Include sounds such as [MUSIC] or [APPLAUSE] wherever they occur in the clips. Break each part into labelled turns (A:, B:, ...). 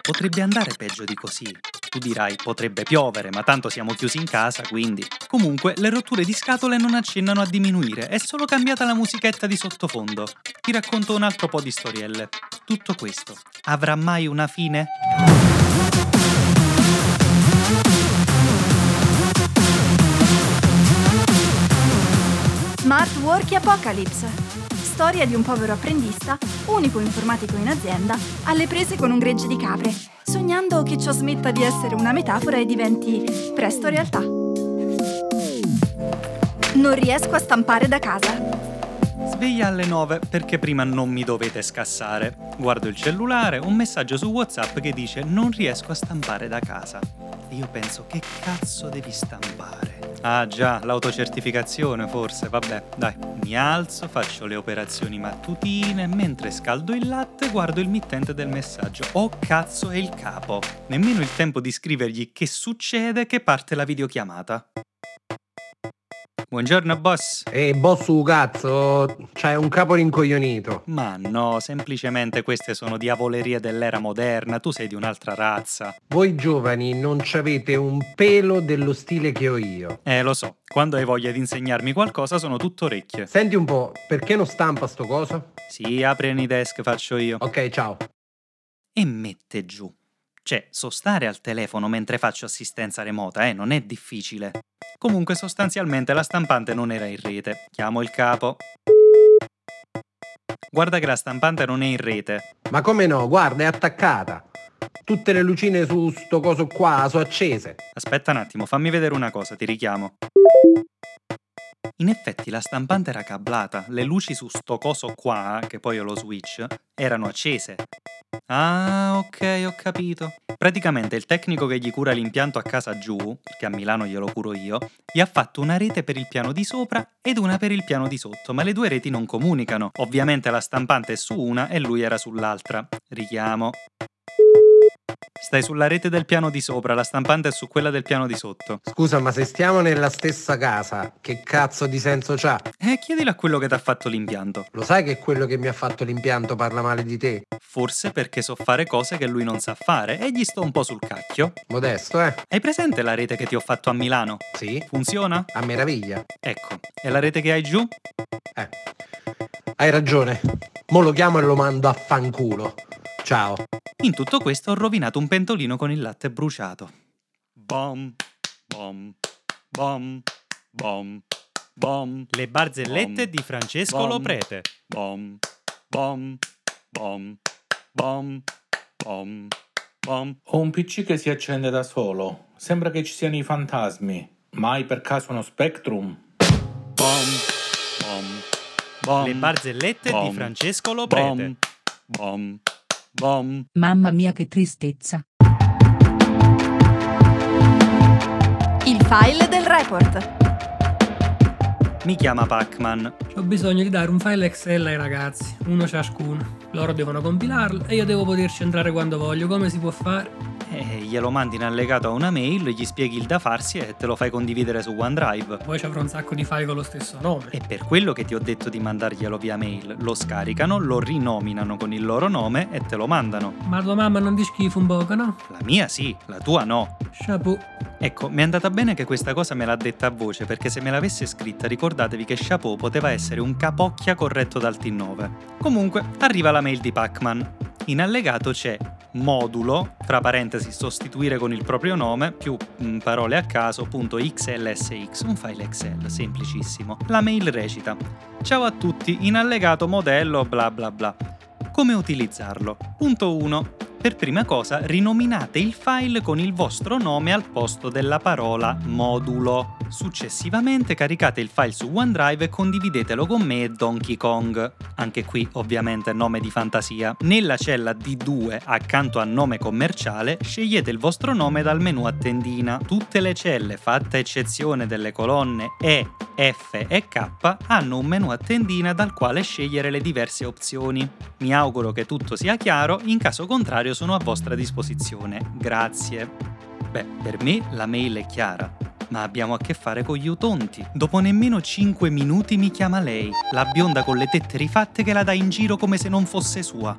A: Potrebbe andare peggio di così. Tu dirai potrebbe piovere, ma tanto siamo chiusi in casa, quindi. Comunque, le rotture di scatole non accennano a diminuire, è solo cambiata la musichetta di sottofondo. Ti racconto un altro po' di storielle. Tutto questo avrà mai una fine?
B: Smart Work Apocalypse. Storia di un povero apprendista, unico informatico in azienda, alle prese con un gregge di capre, sognando che ciò smetta di essere una metafora e diventi presto realtà. Non riesco a stampare da casa.
A: Sveglia alle 9 perché prima non mi dovete scassare. Guardo il cellulare, un messaggio su WhatsApp che dice non riesco a stampare da casa. E io penso che cazzo devi stampare? Ah già, l'autocertificazione forse, vabbè, dai. Mi alzo, faccio le operazioni mattutine, mentre scaldo il latte guardo il mittente del messaggio. Oh cazzo è il capo. Nemmeno il tempo di scrivergli che succede che parte la videochiamata. Buongiorno boss.
C: E bossu cazzo, c'hai un capo rincoglionito.
A: Ma no, semplicemente queste sono diavolerie dell'era moderna, tu sei di un'altra razza.
C: Voi giovani non c'avete un pelo dello stile che ho io.
A: Eh, lo so, quando hai voglia di insegnarmi qualcosa sono tutto orecchie.
C: Senti un po', perché non stampa sto coso?
A: Sì, apri Anydesk, faccio io.
C: Ok, ciao.
A: E mette giù. Cioè, sostare al telefono mentre faccio assistenza remota, eh, non è difficile. Comunque, sostanzialmente la stampante non era in rete. Chiamo il capo. Guarda che la stampante non è in rete.
C: Ma come no, guarda, è attaccata. Tutte le lucine su sto coso qua sono accese.
A: Aspetta un attimo, fammi vedere una cosa, ti richiamo. In effetti la stampante era cablata, le luci su sto coso qua, che poi ho lo switch, erano accese. Ah, ok, ho capito. Praticamente il tecnico che gli cura l'impianto a casa giù, che a Milano glielo curo io, gli ha fatto una rete per il piano di sopra ed una per il piano di sotto, ma le due reti non comunicano. Ovviamente la stampante è su una e lui era sull'altra. Richiamo. Stai sulla rete del piano di sopra, la stampante è su quella del piano di sotto.
C: Scusa, ma se stiamo nella stessa casa, che cazzo di senso c'ha?
A: E chiedilo Eh, a quello che ti ha fatto l'impianto.
C: Lo sai che quello che mi ha fatto l'impianto parla male di te?
A: Forse perché so fare cose che lui non sa fare e gli sto un po' sul cacchio.
C: Modesto, eh?
A: Hai presente la rete che ti ho fatto a Milano?
C: Sì,
A: Funziona?
C: a meraviglia.
A: Ecco, è la rete che hai giù?
C: Eh. Hai ragione. Mo lo chiamo e lo mando a fanculo. Ciao.
A: In tutto questo ho rovinato un pentolino con il latte bruciato. Bom, bom, bom, bom, bom.
D: Le barzellette di Francesco
A: Bom.
D: Loprete.
A: Bom, bom, bom, bom, bom, bom.
E: Ho un PC che si accende da solo. Sembra che ci siano i fantasmi. Mai per caso uno Spectrum?
A: Bom, bom, bom.
D: Le barzellette
A: Bom.
D: di Francesco
A: bom,
D: Loprete.
A: bom, bom.
F: Mamma mia che tristezza.
B: Il file del report.
A: Mi chiama Pac-Man.
G: Ho bisogno di dare un file Excel ai ragazzi, uno ciascuno. Loro devono compilarlo e io devo poterci entrare quando voglio. Come si può fare?
A: Eh, glielo mandi in allegato a una mail, gli spieghi il da farsi e te lo fai condividere su OneDrive.
G: Poi ci avrò un sacco di file con lo stesso nome.
A: È per quello che ti ho detto di mandarglielo via mail. Lo scaricano, lo rinominano con il loro nome e te lo mandano.
G: Ma tua mamma non ti schifa un poco, no?
A: La mia sì, la tua no.
G: Chapeau.
A: Ecco, mi è andata bene che questa cosa me l'ha detta a voce, perché se me l'avesse scritta ricordatevi che Chapeau poteva essere un capocchia corretto dal T9. Comunque, arriva la mail di Pac-Man. In allegato c'è modulo, fra parentesi sostituire con il proprio nome, più mm, parole a caso, punto .xlsx, un file Excel, semplicissimo. La mail recita, ciao a tutti, in allegato modello bla bla bla. Come utilizzarlo? Punto 1. Per prima cosa rinominate il file con il vostro nome al posto della parola modulo. Successivamente caricate il file su OneDrive e condividetelo con me e Donkey Kong. Anche qui ovviamente nome di fantasia. Nella cella D2 accanto a nome commerciale scegliete il vostro nome dal menu a tendina. Tutte le celle, fatta eccezione delle colonne E, F e K, hanno un menu a tendina dal quale scegliere le diverse opzioni. Mi auguro che tutto sia chiaro, in caso contrario sono a vostra disposizione. Grazie. Beh, per me la mail è chiara, ma abbiamo a che fare con gli utonti. Dopo nemmeno 5 minuti mi chiama lei, la bionda con le tette rifatte che la dà in giro come se non fosse sua.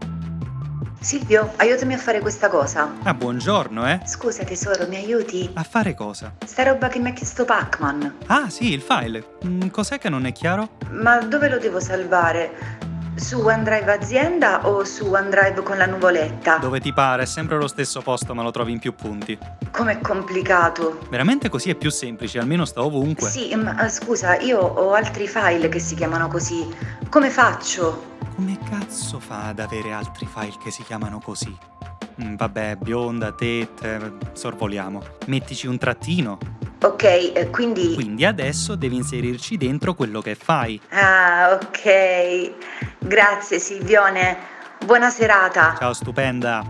H: Silvio, aiutami a fare questa cosa.
A: Ah, buongiorno, eh?
H: Scusa tesoro, mi aiuti?
A: A fare cosa?
H: Sta roba che mi ha chiesto Pac-Man.
A: Ah, sì, il file. Mm, cos'è che non è chiaro?
H: Ma dove lo devo salvare? Su OneDrive azienda o su OneDrive con la nuvoletta?
A: Dove ti pare, è sempre lo stesso posto, ma lo trovi in più punti.
H: Com'è complicato.
A: Veramente così è più semplice, almeno sta ovunque.
H: Sì, ma eh, scusa, io ho altri file che si chiamano così. Come faccio?
A: Come cazzo fa ad avere altri file che si chiamano così? Mm, vabbè, bionda, tette, sorvoliamo. Mettici un trattino.
H: Ok, eh, quindi...
A: Quindi adesso devi inserirci dentro quello che fai.
H: Ah, ok. Grazie Silvione. Buona serata.
A: Ciao stupenda.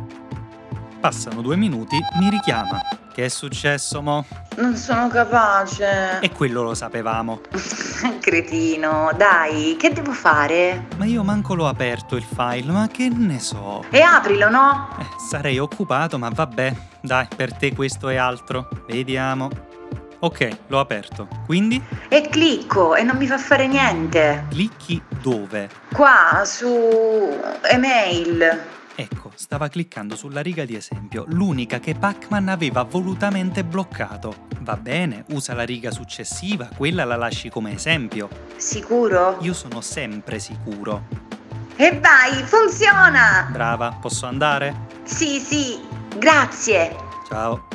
A: Passano due minuti, mi richiama. Che è successo, mo?
H: Non sono capace.
A: E quello lo sapevamo.
H: [LAUGHS] Cretino, dai, che devo fare?
A: Ma io manco l'ho aperto il file, ma che ne so.
H: E aprilo, no?
A: Eh, sarei occupato, ma vabbè. Dai, per te questo è altro. Vediamo. Ok, l'ho aperto. Quindi
H: E clicco e non mi fa fare niente.
A: clicchi dove?
H: Qua su email.
A: Ecco, stava cliccando sulla riga di esempio, l'unica che Pac-Man aveva volutamente bloccato. Va bene, usa la riga successiva, quella la lasci come esempio.
H: Sicuro?
A: Io sono sempre sicuro.
H: E vai, funziona!
A: Brava, posso andare?
H: Sì, sì, grazie.
A: Ciao.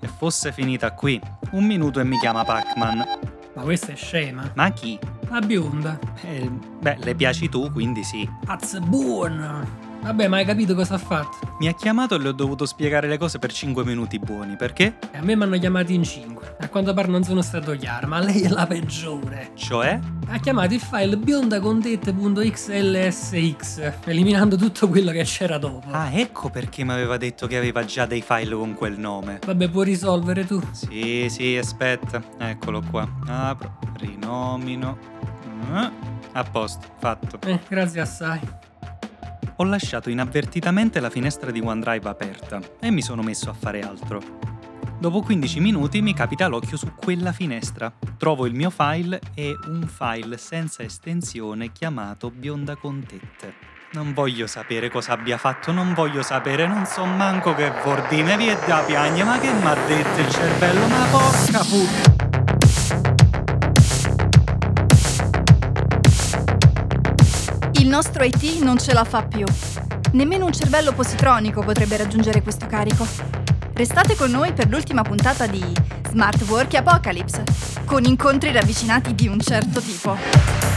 A: E fosse finita qui. Un minuto e mi chiama Pac-Man.
G: Ma questa è scema.
A: Ma chi?
G: La bionda.
A: Eh, beh, le piaci tu, quindi sì.
G: That's buon. Vabbè, ma hai capito cosa ha fatto?
A: Mi ha chiamato e le ho dovuto spiegare le cose per 5 minuti buoni, perché?
G: E Eh, a me mi hanno chiamati in 5. A quanto pare non sono stato chiaro, ma lei è la peggiore.
A: Cioè?
G: Ha chiamato il file biondacondette.xlsx, eliminando tutto quello che c'era dopo.
A: Ah, ecco perché mi aveva detto che aveva già dei file con quel nome.
G: Vabbè, puoi risolvere tu.
A: Sì, sì, aspetta. Eccolo qua. Apro, rinomino. Ah, A posto, fatto.
G: Eh, grazie assai.
A: Ho lasciato inavvertitamente la finestra di OneDrive aperta e mi sono messo a fare altro. Dopo 15 minuti mi capita l'occhio su quella finestra. Trovo il mio file e un file senza estensione chiamato Bionda con tette. Non voglio sapere cosa abbia fatto, non voglio sapere, non so manco che vordine, vi è da piagne, ma che m'ha detto il cervello, ma porca puttana!
B: Il nostro IT non ce la fa più. Nemmeno un cervello positronico potrebbe raggiungere questo carico. Restate con noi per l'ultima puntata di Smart Work Apocalypse, con incontri ravvicinati di un certo tipo.